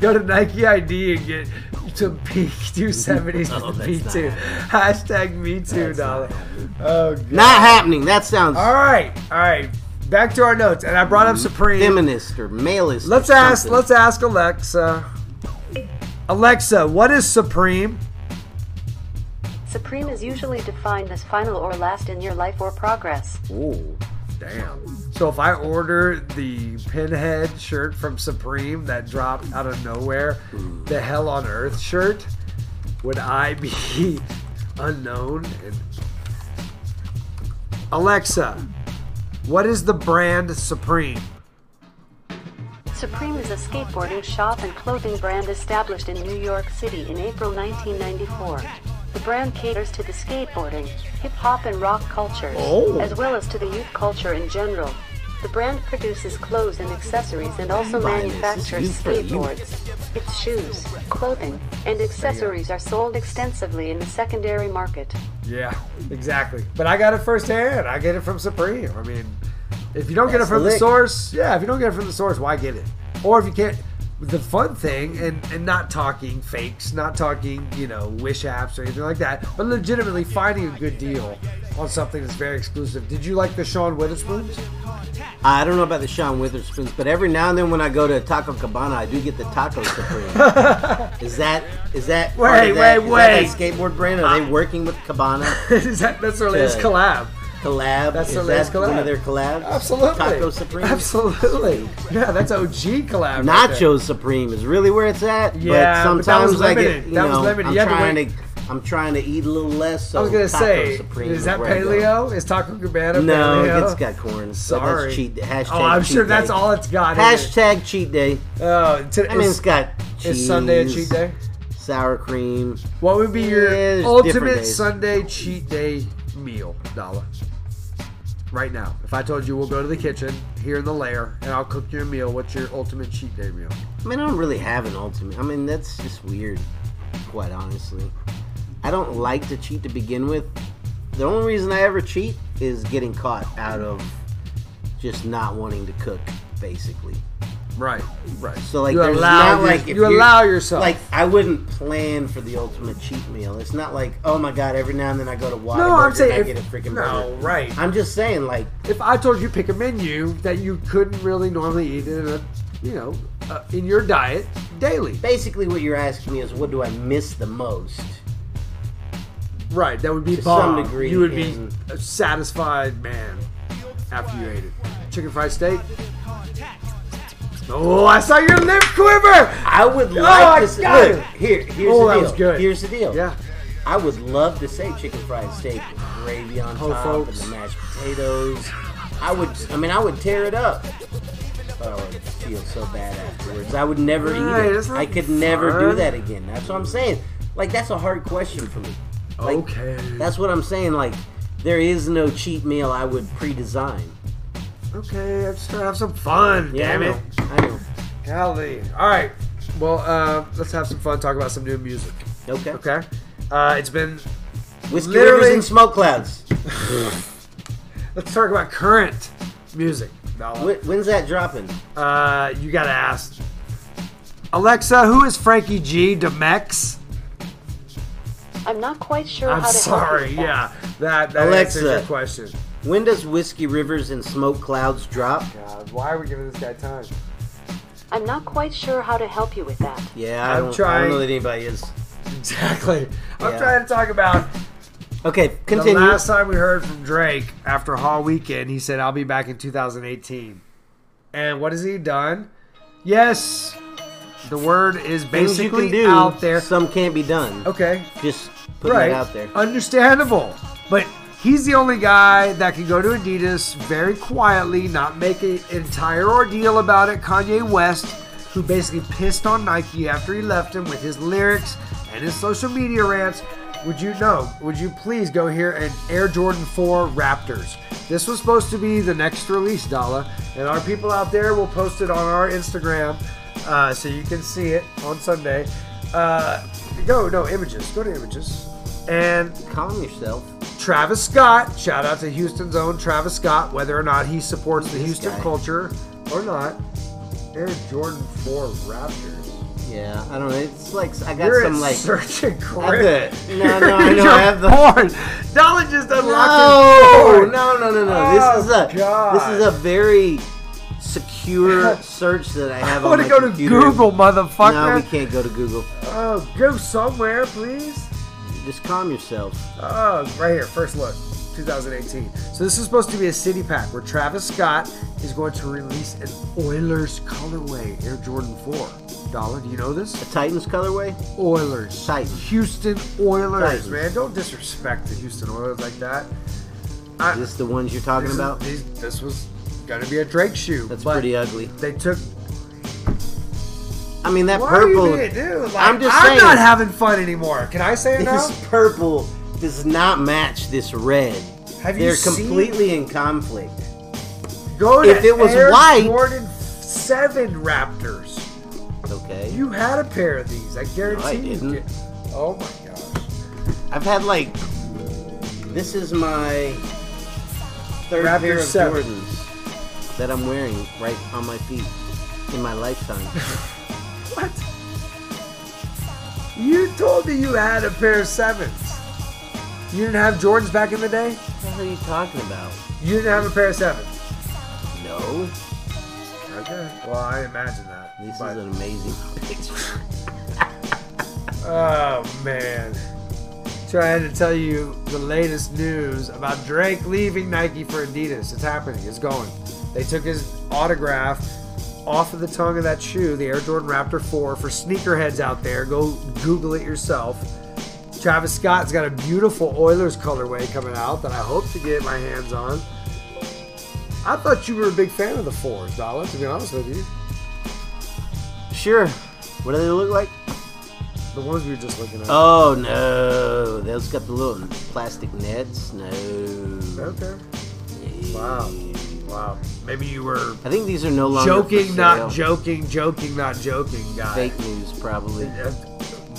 D: Go to Nike ID and get some peak [LAUGHS] 270s
B: [LAUGHS] No,
D: with
B: that's
D: me
B: not
D: too. [LAUGHS] Hashtag me too,
B: That's not
D: dollar. Oh, God.
B: Not happening. That sounds
D: all right, all right. Back to our notes, and I brought
B: Mm-hmm.
D: up Supreme.
B: feminist or maleist.
D: Let's
B: or
D: ask.
B: something.
D: Let's ask Alexa. Alexa, what is Supreme?
C: Supreme is usually defined as final or last in your life or progress.
D: Ooh, damn. So if I order the pinhead shirt from Supreme that dropped out of nowhere, the Hell on Earth shirt, would I be [LAUGHS] unknown? And... Alexa, what is the brand Supreme?
C: Supreme is a skateboarding shop and clothing brand established in New York City in April 1994. The brand caters to the skateboarding, hip hop, and rock cultures,
D: Oh.
C: as well as to the youth culture in general. The brand produces clothes and accessories and also
B: Buying this.
C: manufactures
B: This is you for you.
C: skateboards. Its shoes, clothing, and accessories are sold extensively in the secondary market.
D: Yeah, exactly. But I got it firsthand. I get it from Supreme. I mean, if you don't get it
B: That's
D: from
B: the
D: the,
B: lick.
D: source, yeah, if you don't get it from the source, why get it? Or if you can't, the fun thing, and, and not talking fakes, not talking, you know, wish apps or anything like that, but legitimately finding a good deal on something that's very exclusive. Did you like the Sean Witherspoons? [LAUGHS]
B: I don't know about the Sean Witherspoons, but every now and then when I go to Taco Cabana, I do get the
D: [LAUGHS]
B: Taco Supreme. is that is that part
D: Wait,
B: of that,
D: wait,
B: is that
D: wait. Uh,
B: that skateboard brand? Are they working with Cabana
D: Is that, that's their latest
B: Yeah.
D: collab.
B: collab?
D: That's
B: is
D: their latest
B: that One
D: collab.
B: of their collabs?
D: Absolutely.
B: Taco Supreme.
D: Absolutely. Yeah, that's OG collab. right there.
B: Nacho Supreme is really where it's at.
D: Yeah,
B: but
D: but that was
B: sometimes I get
D: limited.
B: you
D: That was
B: know
D: limited.
B: I'm
D: You had to
B: trying
D: wait.
B: to I'm trying to eat a little less. So
D: I was gonna
B: Taco
D: say,
B: Supreme
D: is that
B: where I go.
D: paleo? Is Taco Cabana
B: No,
D: paleo?
B: it's got corn. So
D: Sorry.
B: That's cheat, hashtag
D: oh, I'm
B: cheat
D: sure
B: day.
D: that's all it's got. isn't
B: Hashtag cheat day.
D: it? Oh, to,
B: I mean,
D: is,
B: it's got cheese.
D: is Sunday a cheat day?
B: Sour cream.
D: What would be your
B: Yeah, there's different
D: ultimate
B: days.
D: Sunday cheat day meal, Dala? Right now, if I told you we'll go to the kitchen here in the lair and I'll cook you a meal, what's your ultimate cheat day meal?
B: I mean, I don't really have an ultimate. I mean, that's just weird, quite honestly. I don't like to cheat to begin with. The only reason I ever cheat is getting caught out of just not wanting to cook, basically.
D: Right, right.
B: So like,
D: you
B: there's
D: allow
B: not
D: your-
B: like if
D: you
B: you're-
D: allow yourself.
B: Like, I wouldn't plan for the ultimate cheat meal. It's not like, oh my god, every now and then I go to Whataburger
D: no, I'm
B: and I
D: saying
B: get a
D: if,
B: freaking
D: no,
B: burger.
D: right.
B: I'm just saying, like,
D: if I told you pick a menu that you couldn't really normally eat in a, you know, uh, in your diet daily.
B: basically, what you're asking me is, what do I miss the most?
D: Right, that would be
B: To some
D: bomb.
B: degree,
D: You would be
B: and-
D: a satisfied man after you ate it. Chicken fried steak. Oh, I saw your lip quiver.
B: I would
D: Oh, I
B: like to
D: got
B: say,
D: it.
B: look, here, here's
D: Oh,
B: the
D: that
B: deal.
D: was good.
B: Here's the deal.
D: Yeah,
B: I would love to say chicken fried steak, with gravy on
D: Ho,
B: top,
D: folks.
B: and the mashed potatoes. I would, I mean, I would tear it up. But I would feel so bad afterwards. I would never
D: Right,
B: eat
D: that's
B: it.
D: not
B: I could never do
D: fun.
B: that again. That's what I'm saying. Like that's a hard question for me. Like,
D: Okay.
B: That's what I'm saying. Like there is no cheat meal I would pre-design.
D: okay. I'm just trying to have some fun.
B: Yeah,
D: damn
B: I
D: it.
B: know. I know.
D: Golly. All right. Well, uh, let's have some fun. Talk about some new music.
B: Okay.
D: Okay. Uh, it's been.
B: Whiskey
D: Literally-
B: rivers and smoke clouds.
D: Let's talk about current music.
B: Wh- When's that dropping?
D: Uh, you gotta ask. Alexa, who is Frankie G. Demex?
C: I'm not quite sure
D: I'm
C: how to
D: sorry.
C: help you with that.
D: Yeah, that that answers
B: Alexa.
D: your question.
B: When does Whiskey Rivers and Smoke Clouds drop?
D: God, Uh, why are we giving this guy time?
C: I'm not quite sure how to help you with that.
B: Yeah, I
D: I'm
B: don't, I
D: trying.
B: don't know that anybody is.
D: Exactly. I'm
B: Yeah.
D: trying to talk about
B: Okay,
D: the
B: continue.
D: last time we heard from Drake after Hall Weekend. He said, "I'll be back in 2018." And what has he done? Yes, the word is
B: Things you
D: basically
B: can do,
D: out there.
B: Some can't be done.
D: Okay,
B: Just putting
D: right Uh,
B: it out there.
D: Understandable, but He's the only guy that can go to Adidas very quietly, not make an entire ordeal about it. Kanye West, who basically pissed on Nike after he left him with his lyrics and his social media rants. Would you know? Would you please go here and Air Jordan 4 Raptors? This was supposed to be the next release, Dala, and our people out there will post it on our Instagram uh, so you can see it on Sunday. Uh, go, no, images. Go to images. And
B: Calm yourself.
D: Travis Scott, shout out to Houston's own Travis Scott, whether or not he supports the Houston
B: guy.
D: culture or not. Air Jordan 4 Raptors.
B: Yeah, I don't know. It's like I got
D: You're
B: some
D: at
B: like.
D: search and
B: I have
D: [LAUGHS] grab.
B: the, no, no, I know. I have the.
D: porn. Dollar just
B: No,
D: unlocked his porn.
B: no, no, no, no.
D: Oh,
B: this is a
D: God.
B: this is a very
D: [LAUGHS]
B: secure search that I have.
D: I
B: on
D: want
B: my
D: to go to
B: computer.
D: Google,
B: No, we
D: motherfucker.
B: can't go to Google.
D: oh, go somewhere, please.
B: Just calm yourself.
D: Oh, right here, first look, 2018. So this is supposed to be a city pack where Travis Scott is going to release an Oilers colorway Air Jordan 4. Dollar, do you know this?
B: Titans colorway.
D: Oilers.
B: Titans.
D: Houston Oilers,
B: Titans.
D: man. Don't disrespect the Houston Oilers like that.
B: Is this the ones you're talking
D: This, is-
B: about?
D: these- this was going to be a Drake shoe.
B: That's
D: but
B: pretty uh, ugly.
D: They took.
B: I mean, that
D: What
B: purple.
D: are you gonna do? Like,
B: I'm just saying.
D: not having fun anymore. Can I say it now?
B: This purple does not match this red.
D: Have you
B: They're
D: seen-
B: completely in conflict.
D: Go to
B: if it was
D: Air
B: white-
D: Jordan 7 Raptors.
B: Okay.
D: You had a pair of these. I guarantee
B: No, I
D: you.
B: didn't.
D: did. Oh my gosh.
B: I've had like this is my third
D: Raptor
B: pair of
D: seven.
B: Jordans that I'm wearing right on my feet in my lifetime.
D: What? You told me you had a pair of sevens. You didn't have Jordans back in the day?
B: what the hell are you talking about?
D: You didn't have a pair of sevens.
B: No,
D: Okay. Well, I imagine that.
B: this
D: but-
B: is an amazing picture.
D: oh man. Trying to tell you the latest news about Drake leaving Nike for Adidas. It's happening. It's going. They took his autograph off of the tongue of that shoe, the Air Jordan Raptor 4. For sneakerheads out there, go Google it yourself. Travis Scott's got a beautiful Oilers colorway coming out that I hope to get my hands on. I thought you were a big fan of the fours, Dollar. To be honest with you,
B: Sure. What do they look like?
D: the ones we were just looking at.
B: Oh no, those got the little plastic nets. No.
D: Okay. Wow. Wow. Maybe you were
B: I think these are no longer
D: joking,
B: for
D: not
B: sale.
D: joking, joking, not joking, guy.
B: Fake news, probably.
D: Uh,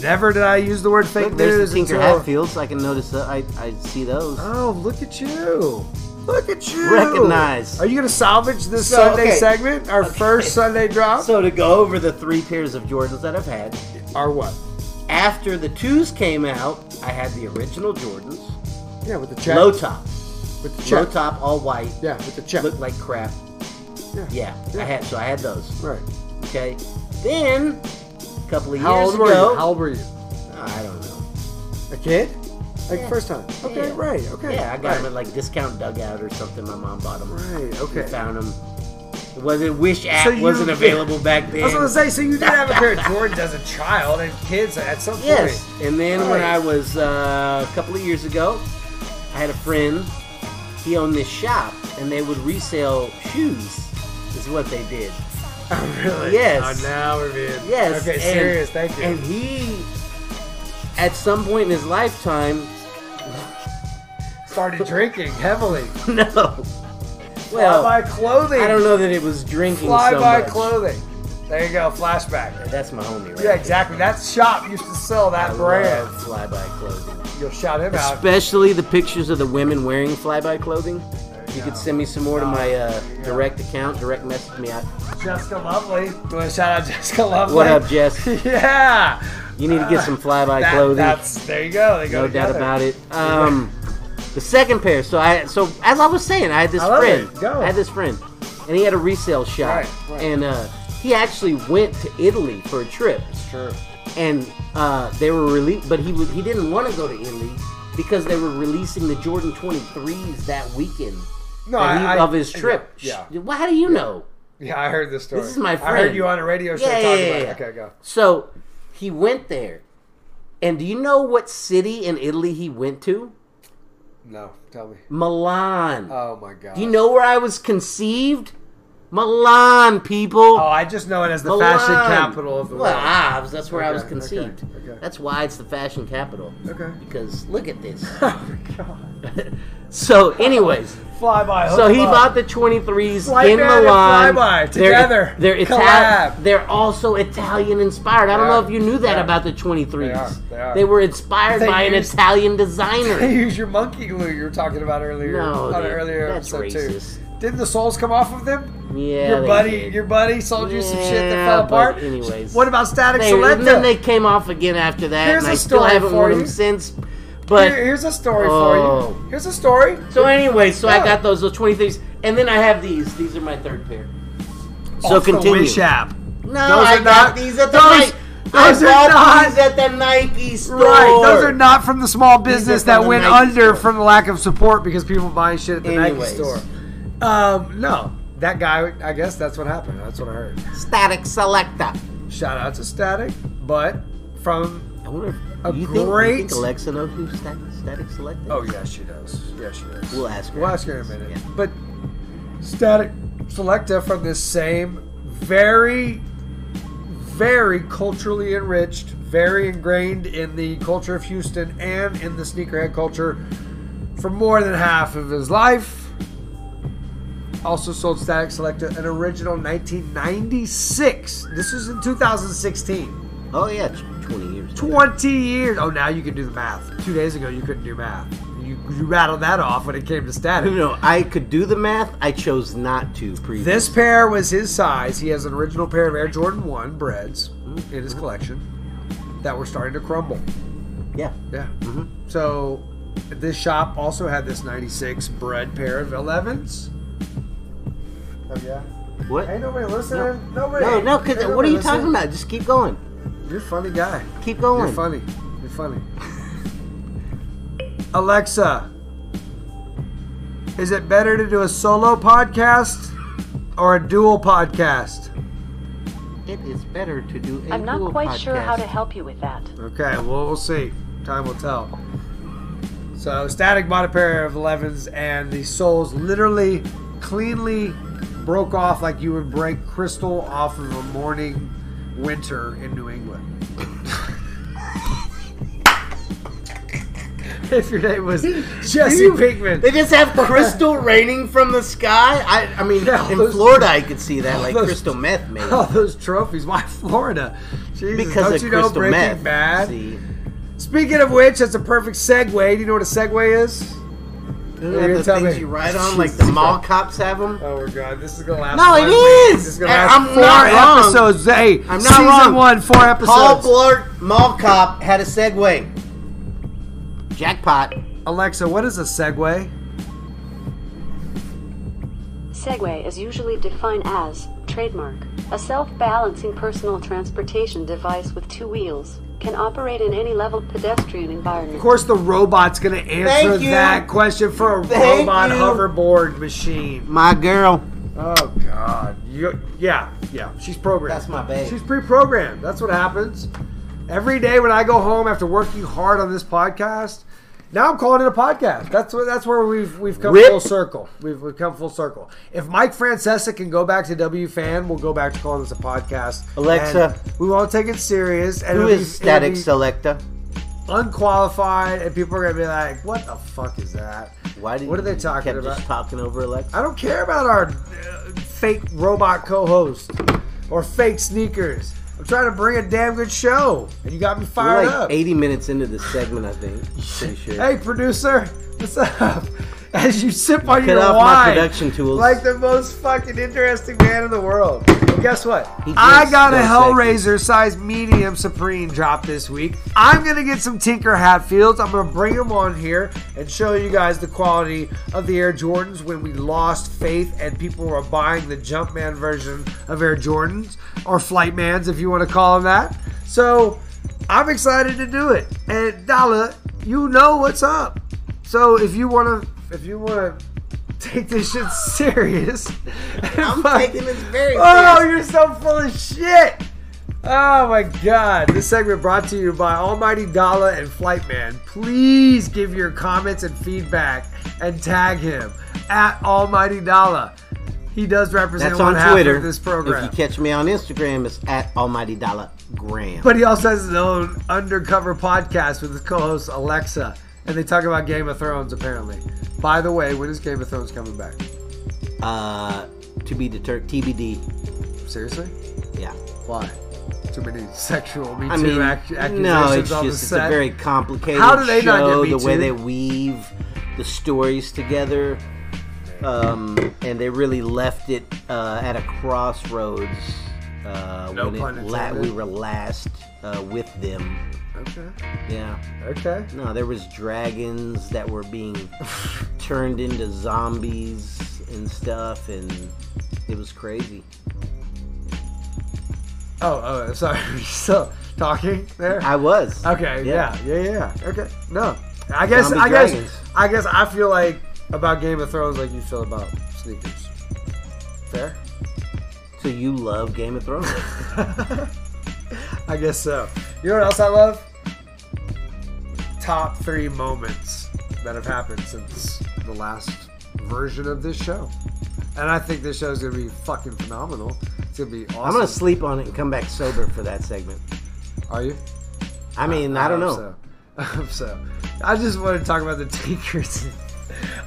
D: Never did I use the word fake
B: Look,
D: news.
B: there's the Tinker
D: until-
B: Hatfields. I can notice that. I, I see those.
D: Oh, look at you. Look at you.
B: Recognize.
D: Are you going to salvage this
B: So,
D: Sunday
B: okay.
D: segment? Our first
B: [LAUGHS]
D: Sunday drop?
B: So to go over the three pairs of Jordans that I've had,
D: or what?
B: after the twos came out, I had the original Jordans,
D: Yeah, with the check.
B: low top,
D: with the
B: low
D: check.
B: top, all white,
D: Yeah, with the check.
B: looked like crap.
D: Yeah.
B: Yeah, I had so I had those.
D: Right.
B: Okay, then a couple of
D: How
B: years
D: old were
B: ago,
D: you? How old were you?
B: I don't know.
D: A kid? Like
B: Yeah.
D: first time? Okay,
B: Yeah.
D: right. Okay.
B: Yeah, I got
D: right.
B: them at like discount dugout or something. My mom bought them.
D: Right.
B: We
D: Okay.
B: found them. It wasn't Wish app
D: you- [LAUGHS]
B: wasn't available back then.
D: I was gonna say, so you did have a pair
B: [LAUGHS]
D: of Jordans as a child and kids at some point.
B: Yes. And then when
D: Right.
B: I was uh, a couple of years ago, I had a friend. He owned this shop, and they would resell shoes. Is what they did.
D: Oh, really?
B: Yes.
D: Oh, now we're being
B: Yes.
D: Okay,
B: and-
D: serious. Thank you.
B: And he, at some point in his lifetime, [LAUGHS]
D: Started drinking heavily.
B: no.
D: fly
B: Well,
D: by clothing.
B: I don't know that it was drinking.
D: Fly
B: so
D: by
B: much.
D: clothing. There you go. Flashback.
B: That's my homie, right?
D: Yeah, exactly. That shop used to sell that
B: I
D: brand.
B: love fly by clothing.
D: You'll shout him out.
B: Especially the pictures of the women wearing flyby clothing. You could send me some more to my uh,
D: There you go.
B: direct account. Direct message me. out.
D: Jessica Lovely. You want to shout out Jessica Lovely?
B: What up, Jess?
D: [LAUGHS] yeah.
B: You need to get
D: [LAUGHS]
B: some flyby
D: That-
B: clothing.
D: That's there you go. They go
B: no doubt
D: together.
B: about it. Um, the second pair. So I. So as I was saying, I had this
D: I love
B: friend.
D: it. Go.
B: I had this friend, and he had a resale shop,
D: Right, right.
B: and uh, he actually went to Italy for a trip.
D: Sure.
B: and uh, they were released, but he was he didn't want to go to Italy because they were releasing the Jordan 23s that weekend.
D: No,
B: that he-
D: I- I-
B: of his trip.
D: yeah,
B: Sh- Well, how do you know?
D: Yeah, I heard this story.
B: This is my
D: I heard
B: friend.
D: you on a radio show
B: Yeah,
D: talking
B: yeah,
D: about
B: yeah,
D: it.
B: yeah.
D: Okay, go.
B: So he went there, and do you know what city in Italy he went to?
A: No, tell me.
B: Milan.
D: Uh,
A: Oh my god.
B: Do you know where I was conceived? Milan, people.
D: Oh, I just know it as the
B: Milan.
D: fashion capital of the
B: well,
D: world.
B: ah, that's where I was
A: Okay,
B: conceived.
A: okay, okay.
B: That's why it's the fashion capital.
A: Okay.
B: Because look
D: [LAUGHS]
B: at this.
D: Oh, my God.
B: so, anyways,
D: Fly by.
B: so
D: hook
B: he
D: by.
B: bought the 23s
D: Fly
B: in
D: man and
B: Milan.
D: Flyby,
B: They're-
D: together.
B: They're, Italian.
D: Collab.
B: They're also Italian inspired. I don't
D: They
B: know
D: are.
B: if you knew that
D: They are.
B: about the 23s.
D: They are. They are.
B: were inspired
D: They
B: by an
D: used-
B: Italian designer.
D: They use [LAUGHS] your monkey glue you were talking about earlier
B: No,
D: on
B: dude,
D: an earlier
B: that's
D: episode
B: racist.
D: too. Didn't the soles come off of them?
B: yeah,
D: your
B: they
D: buddy,
B: did.
D: your buddy sold you some shit that
B: Yeah,
D: fell
B: but
D: apart.
B: anyways.
D: what about Static
B: They,
D: Selecta?
B: and then they came off again after that,
D: Here's
B: and I
D: a
B: still
D: story
B: haven't
D: for
B: worn
D: you.
B: them since. But
D: Here- here's a story
B: Oh.
D: for you. Here's a story.
B: So anyway, so I
D: Yeah.
B: got those those twenty threes, and then I have these. These are my third pair. So
D: Off the
B: continue.
D: Wish app.
B: No,
D: Those
B: I
D: are
B: got
D: not-
B: these at the
D: those-
B: Nike.
D: those
B: I
D: are
B: bought
D: not-
B: these at the Nike store.
D: Right, those are not from the small business
B: from
D: that
B: the
D: went
B: Nike
D: under
B: store.
D: from the lack of support because people buying shit at the
B: Anyways.
D: Nike store. Um, no, that guy. I guess that's what happened. That's what I heard.
B: Static Selecta.
D: Shout out to Static, but from
B: I wonder. If,
D: A
B: do you think, do you
D: great-
B: think Alexa knows who Static, static Selecta? is?
D: oh yeah, she does. Yeah, she does.
B: We'll ask her.
D: We'll ask her in a minute.
B: Yeah.
D: But Static Selecta from this same very, very culturally enriched, very ingrained in the culture of Houston and in the sneakerhead culture for more than half of his life. Also sold Static Selecta an original 1996. This is in 2016.
B: Oh yeah, tw- twenty years.
D: 20 years. Oh, now you can do the math. Two days ago, you couldn't do math. You, you rattled that off when it came to [LAUGHS]
B: No,
D: static.
B: no, I could do the math. I chose not to. Previous.
D: This pair was his size. He has an original pair of Air Jordan 1 breads in his collection that were starting to crumble.
B: Yeah.
D: Yeah. Mm-hmm. So this shop also had this 96 bread pair of 11s. Oh, yeah.
B: What?
D: Ain't nobody listening.
B: No.
D: Nobody.
B: No, no.
D: ain't
B: Cause what are
D: nobody
B: you
D: listening.
B: talking about? Just keep going.
D: You're a funny guy.
B: Keep going.
D: You're funny. You're funny. Alexa, is it better to do a solo podcast or a dual podcast?
B: It is better to do a
C: I'm
B: dual
C: not quite sure how
B: podcast.
C: to help you with that.
D: Okay, well, we'll see. Time will tell. So, Static bought a pair of 11s, and the soles literally cleanly broke off like you would break crystal off of a morning winter in New England. [LAUGHS] if your name was Jesse
B: You-
D: Pinkman.
B: They just have crystal raining from the sky. I, I mean,
D: Yeah, all
B: in
D: those-
B: Florida, I could see
D: [LAUGHS]
B: that, like
D: those-
B: crystal
D: [LAUGHS]
B: meth, maybe.
D: All those trophies. Why Florida? Jesus,
B: because
D: don't
B: of
D: you know
B: crystal
D: Breaking
B: meth.
D: Bad?
B: See,
D: Speaking of which, that's a perfect segue. Do you know what a segue is?
B: Those
D: You're
B: are
D: gonna
B: the
D: tell
B: things
D: me.
B: you ride on, like the
D: Jesus
B: mall cops have them.
D: Oh my god, this is gonna last.
B: No, it
D: one week.
B: is!
D: This is gonna
B: I-
D: last
B: I'm
D: four
B: not wrong.
D: episodes. Hey,
B: I'm not
D: season
B: wrong.
D: one, four
B: Paul
D: episodes.
B: Blart mall cop had a Segway. Jackpot.
D: Alexa, what is a segue?
C: Segway is usually defined as, trademark, a self balancing personal transportation device with two wheels, can operate in any leveled pedestrian
D: Of
C: environment.
D: course, the robot's gonna answer
B: Thank you.
D: that question for a
B: Thank
D: robot
B: you.
D: hoverboard machine.
B: My girl.
D: Oh god, you, yeah, yeah, she's programmed.
B: That's my babe.
D: She's pre-programmed. That's what happens. Every day when I go home after working hard on this podcast, now I'm calling it a podcast. That's what. That's where we've we've come
B: Rip.
D: full circle. We've, we've come full circle. If Mike Francesa can go back to W Fan, we'll go back to calling this a podcast.
B: Alexa.
D: And we won't take it serious. And
B: Who
D: it'll
B: is
D: be- it'll
B: Static
D: be
B: Selecta?
D: Unqualified, and people are gonna be like, "What the fuck is that?
B: Why did
D: What are they
B: you
D: talking
B: kept
D: about?"
B: Just talking over Alexa.
D: I don't care about our uh, fake robot co-host or fake sneakers. I'm trying to bring a damn good show, and you got me
B: We're
D: fired
B: like
D: up.
B: 80 minutes into this segment,
D: [LAUGHS]
B: I think. Pretty sure.
D: Hey, producer, what's up? [LAUGHS] As you sip on
B: Cut
D: your
B: off my
D: wine,
B: production tools.
D: like the most fucking interesting man in the world. Well, guess what?
B: He
D: I
B: drinks
D: got a
B: no
D: Hellraiser size medium Supreme drop this week. I'm gonna get some Tinker Hatfields. I'm gonna bring them on here and show you guys the quality of the Air Jordans when we lost faith and people were buying the Jumpman version of Air Jordans or Flightmans, if you want to call them that. So I'm excited to do it. And Dala, you know what's up. So if you wanna, if you wanna. Take this shit serious. [LAUGHS]
B: I'm taking this very
D: Oh,
B: serious.
D: you're so full of shit. Oh my God! This segment brought to you by Almighty Dollar and Flightman. Please give your comments and feedback and tag him at Almighty Dollar. He does represent
E: That's
D: one
E: on
D: half
E: Twitter.
D: of this
E: If
D: program.
E: you catch me on Instagram, it's at Almighty Dollar Graham.
D: But he also has his own undercover podcast with his co-host Alexa, and they talk about Game of Thrones. Apparently, by the way, when is Game of Thrones coming back?
E: uh, to be deterred, TBD.
D: Seriously?
E: Yeah.
D: Why? Too many sexual Me Too
E: I mean,
D: ac- accusations
E: no, it's
D: on
E: just
D: the
E: it's
D: set.
E: a very complicated
D: How do they not
E: show.
D: get Me
E: the way
D: Too?
E: they weave the stories together, um, and they really left it uh, at a crossroads uh,
D: No
E: when
D: pun
E: it, la-
D: intended.
E: we were last uh, with them.
D: okay.
E: Yeah.
D: Okay.
E: No, there was dragons that were being
D: [LAUGHS]
E: turned into zombies and stuff, and it was crazy.
D: Oh, oh, sorry. [LAUGHS] You're still talking there.
E: I was
D: Okay. Yeah.
E: Yeah.
D: yeah. Yeah. Yeah. Okay. No. I guess.
E: Zombie
D: I guess.
E: dragons.
D: I guess I feel like about Game of Thrones like you feel about sneakers. Fair.
E: So you love Game of
D: [LAUGHS]
E: Thrones?
D: I guess so. You know what else I love? Top three moments that have happened since the last version of this show, and I think this show is gonna be fucking phenomenal. It's gonna be awesome.
E: I'm gonna sleep on it and come back sober for that segment.
D: Are you?
E: I mean, I, don't
D: hope So.
E: know.
D: [LAUGHS] I hope so. I just want to talk about the [LAUGHS] Tinkers.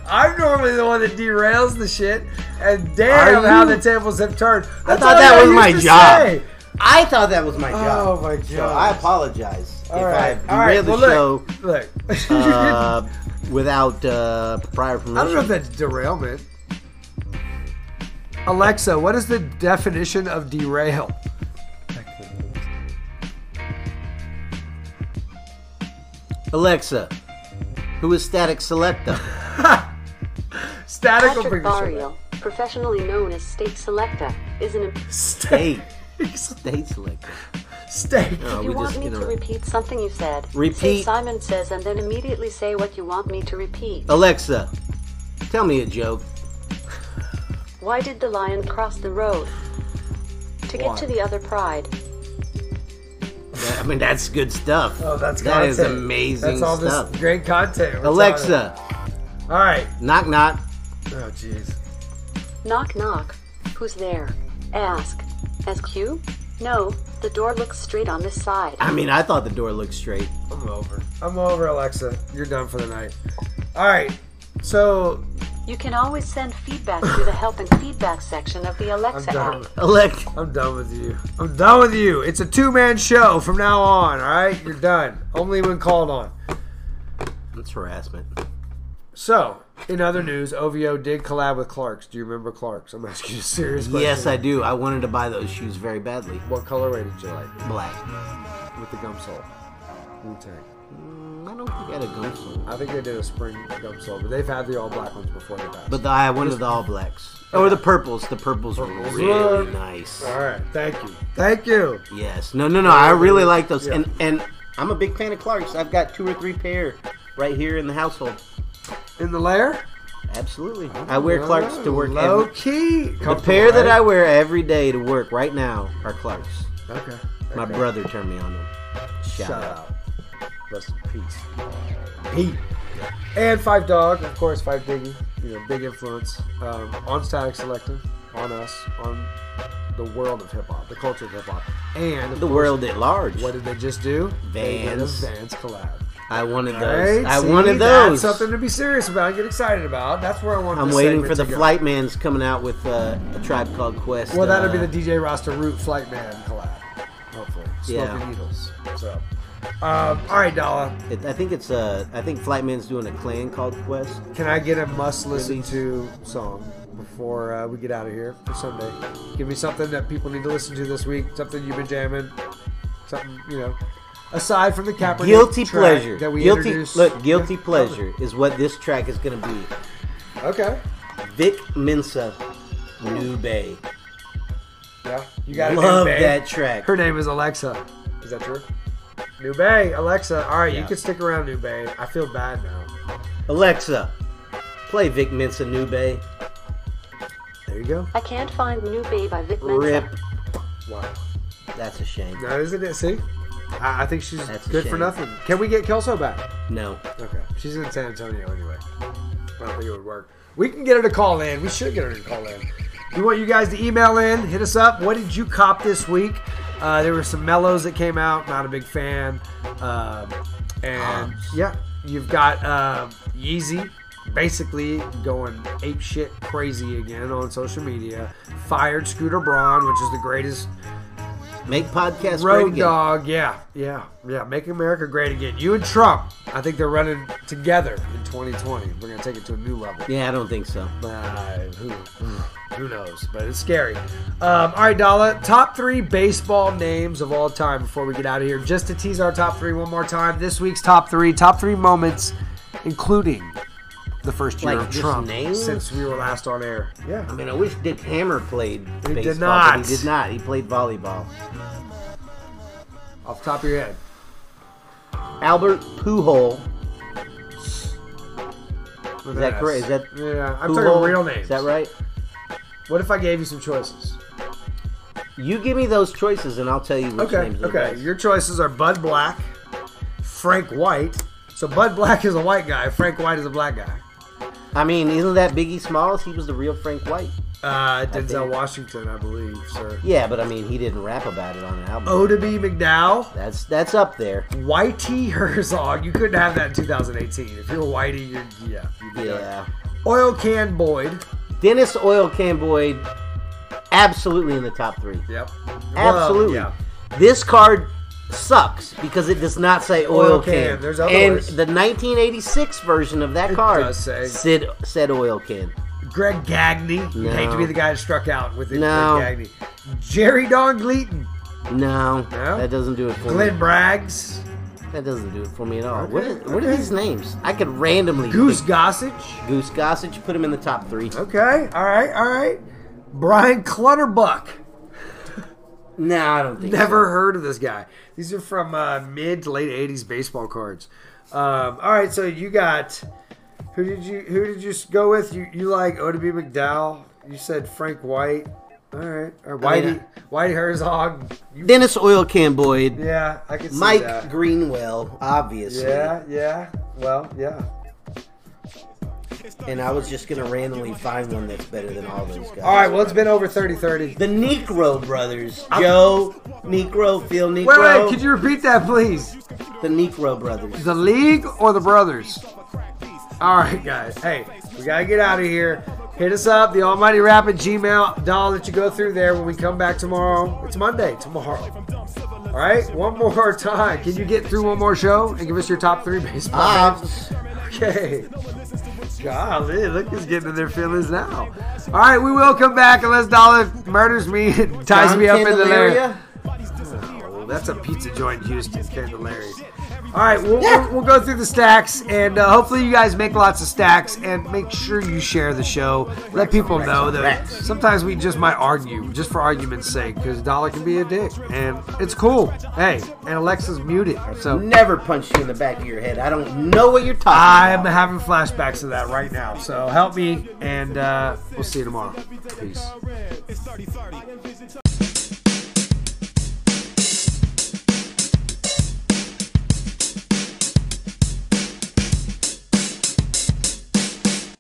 D: I'm normally the one that derails the shit, and damn
E: Are
D: how
E: you?
D: the tables have turned.
E: I
D: That's
E: thought
D: all
E: that was my
D: used to
E: job.
D: say.
E: I thought that was my job.
D: Oh my god!
E: So I apologize if I derailed the show
D: look, look. [LAUGHS]
E: uh, without uh, prior permission.
D: I don't
E: [LAUGHS]
D: know if that's derailment. Alexa, what is the definition of derail?
E: Alexa, who is Static Selecta?
D: [LAUGHS] Static will bring
C: Patrick
D: this
C: Barrial, professionally known as State Selecta, is
E: Uh,
C: an.
D: Steak. [LAUGHS]
E: State. State Selecta.
D: Steak.
E: No,
C: If
E: we
C: you want
E: just
C: me to
E: inter-
C: repeat something you said, say
E: Repeat.
C: Simon says and then immediately say what you want me to repeat.
E: Alexa, tell me a joke.
C: Why did the lion cross the road? To get
D: Why?
C: to the other pride.
E: That- I mean, that's good stuff.
D: Oh, that's
E: That is
D: content.
E: amazing
D: That's all
E: stuff.
D: this great content. we're talking.
E: Alexa,
D: All right.
E: knock knock.
D: Oh, jeez.
C: Knock knock. Who's there? Ask. SQ? No, the door looks straight on this side.
E: I mean, I thought the door looked straight.
D: I'm over. I'm over, Alexa. You're done for the night. All right. So
C: You can always send feedback through the help and feedback section of the Alexa
D: done.
C: app.
E: Alexa.
D: I'm done with you. I'm done with you. It's a two-man show from now on. All right. You're done. Only when called on.
E: That's harassment.
D: So, in other news, OVO did collab with Clark's. Do you remember Clark's? I'm asking you a serious question.
E: Yes, I do. I wanted to buy those shoes very badly.
D: What colorway did you like
E: Black.
D: with the gum sole? Wu Tang.
E: Mm, I don't think I had a gum sole.
D: I think they did a spring gum sole, but they've had the all black ones before they passed.
E: But the, I wanted the all blacks. Or the purples. The purples were
D: Purples
E: really
D: were-
E: nice.
D: all right. Thank you. Thank you.
E: Yes. No, no, no. I really like those.
D: Yeah.
E: And and I'm a big fan of Clark's. I've got two or three pair right here in the household.
D: In the layer.
E: Absolutely. I wear Clark's to work.
D: Low
E: Every,
D: key.
E: the pair that I wear every day to work right now are Clark's.
D: Okay.
E: My
D: okay.
E: brother turned me on them. Shout,
D: Shout
E: out.
D: out. Rest in peace. Pete. And Five Dog, of course, Five Diggy. You know, big influence um, on Static Selective, on us, on the world of hip hop, the culture of hip hop. And of
E: The
D: course,
E: world at large.
D: What did they just do? They did a
E: Vans.
D: Vans collab.
E: I wanted
D: All
E: those.
D: right,
E: I
D: see,
E: wanted
D: that's
E: those.
D: something to be serious about, get excited about. That's where I want.
E: I'm
D: this
E: waiting
D: segment
E: for the
D: to go.
E: flight man's coming out with uh, a tribe called Quest.
D: Well, that'll be
E: uh,
D: the DJ roster root flight man collab, hopefully. Smoking
E: Yeah.
D: Needles. So, um, all right, Dala.
E: it- I think it's uh, I think Flightman's doing a clan called Quest.
D: Can I get a must listen
E: Release.
D: to song before uh, we get out of here for Sunday? Give me something that people need to listen to this week. Something you've been jamming. Something you know. Aside from the Kaepernick
E: Guilty
D: track
E: pleasure.
D: that we
E: guilty
D: introduced.
E: look, guilty
D: Yeah,
E: pleasure is what this track is going to be.
D: Okay.
E: Vic Mensa, New Bay.
D: Yeah. You got it.
E: Love
D: New Bay.
E: that track.
D: Her name is Alexa. Is that true? New Bay, Alexa. All right, you
E: Yeah.
D: can stick around, New Bay. I feel bad now.
E: Alexa, play Vic Mensa, New Bay.
D: There you go.
C: I can't find New Bay by Vic Mensa.
E: Rip.
D: Wow.
E: That's a shame.
D: No, isn't it? See, I, I think she's
E: That's a
D: good for
E: shame.
D: nothing. Can we get Kelso back?
E: No.
D: Okay, she's in San Antonio anyway. I don't think it would work. We can get her to call in. We should get her to call in. We want you guys to email in, hit us up. What did you cop this week? Uh, there were some mellows that came out. Not a big fan. Um, and yeah, you've got uh, Yeezy basically going ape shit crazy again on social media. Fired Scooter Braun, which is the greatest
E: Make podcasts
D: Road
E: great again.
D: Dog, yeah, yeah, yeah. Make America great again. You and Trump, I think they're running together in 2020. We're gonna take it to a new level.
E: Yeah, I don't think so.
D: Uh, who, who knows? But it's scary. Um, all right, Dala. Top three baseball names of all time before we get out of here. Just to tease our top three one more time. This week's top three, top three moments, including the first year
E: Like,
D: of
E: just
D: Trump
E: names?
D: since we were last on air. Yeah.
E: I mean, I wish Dick Hammer played
D: He did
E: baseball,
D: not.
E: but he did not. He played volleyball.
D: Off the top of your head.
E: Albert Pujols.
D: Is
E: that correct? Is that
D: yeah? I'm
E: Pujols?
D: talking real names.
E: Is that right?
D: What if I gave you some choices?
E: You give me those choices, and I'll tell you which
D: Okay,
E: names. are the
D: okay.
E: best.
D: Your choices are Bud Black, Frank White. So Bud Black is a white guy. Frank White is a black guy.
E: I mean, isn't that Biggie Smalls? He was the real Frank White.
D: Uh, Denzel
E: think-
D: Washington, I believe, sir.
E: Yeah, but I mean, he didn't rap about it on an album.
D: Oda B. McDowell,
E: That's that's up there.
D: Whitey Herzog. You couldn't have that in 2018. If you're Whitey, you're yeah. You'd be done.
E: Yeah.
D: Oil Can Boyd.
E: Dennis Oil Can Boyd, absolutely in the top three.
D: Yep.
E: Absolutely.
D: Well,
E: This card sucks because it does not say oil,
D: Oil
E: can.
D: can. Oh, There's other
E: and
D: words.
E: the 1986 version of that
D: It
E: card
D: does say.
E: said said oil can.
D: yeah. Greg Gagne. You'd hate to
E: No.
D: be the guy that struck out with the
E: No.
D: Greg Gagne. Jerry Don Gleaton.
E: No,
D: No?
E: that doesn't do it for
D: Glenn
E: me.
D: Braggs.
E: That doesn't do it for me at all.
D: Okay,
E: What, is, what are
D: okay.
E: these names? I could randomly
D: Goose
E: pick
D: Gossage.
E: Goose Gossage. Put him in the top three.
D: Okay, all right, all right. Brian Clutterbuck. [LAUGHS]
E: No, I don't think.
D: Never heard of this guy. These are from uh, mid to late '80s baseball cards. Um, all right, so you got who did you who did you s- go with? You you like Oda B. McDowell? You said Frank White. All right, or
E: I
D: Whitey
E: mean,
D: Whitey Herzog.
E: So. Dennis Oil Can Boyd,
D: Yeah, I can see
E: Mike
D: that.
E: Greenwell, obviously.
D: Yeah, yeah. Well, yeah.
E: And I was just gonna randomly find one that's better than all those guys.
D: All right. Well, it's been over 30-30.
E: The Necro brothers, Joe Necro, Phil Necro.
D: Wait, wait. Could you repeat that, please?
E: The Necro brothers.
D: The league or the brothers? All right, guys. Hey, we gotta get out of here. Hit us up, the Almighty Rapid Gmail. Doll that you go through there when we come back tomorrow. It's Monday tomorrow. All right, one more [LAUGHS] time. Can you get through one more show and give us your top three [LAUGHS] baseball?
E: Bob's.
D: Okay. Golly, look, he's getting in their feelings now. All right, we will come back unless Dollar murders me and ties
E: Don
D: me up in the lair.
E: Candelaria?
D: Well, Oh, that's a pizza joint in Houston, Candelaria. All right, we'll, we'll, we'll go through the stacks, and uh, hopefully you guys make lots of stacks, and make sure you share the show. Let people know that sometimes we just might argue, just for argument's sake, because Dollar can be a dick, and it's cool. Hey, and Alexa's muted, so
E: Never punched you in the back of your head. I don't know what you're talking
D: I'm
E: about.
D: having flashbacks of that right now. So help me, and uh, we'll see you tomorrow. Peace.
F: It's 30 30.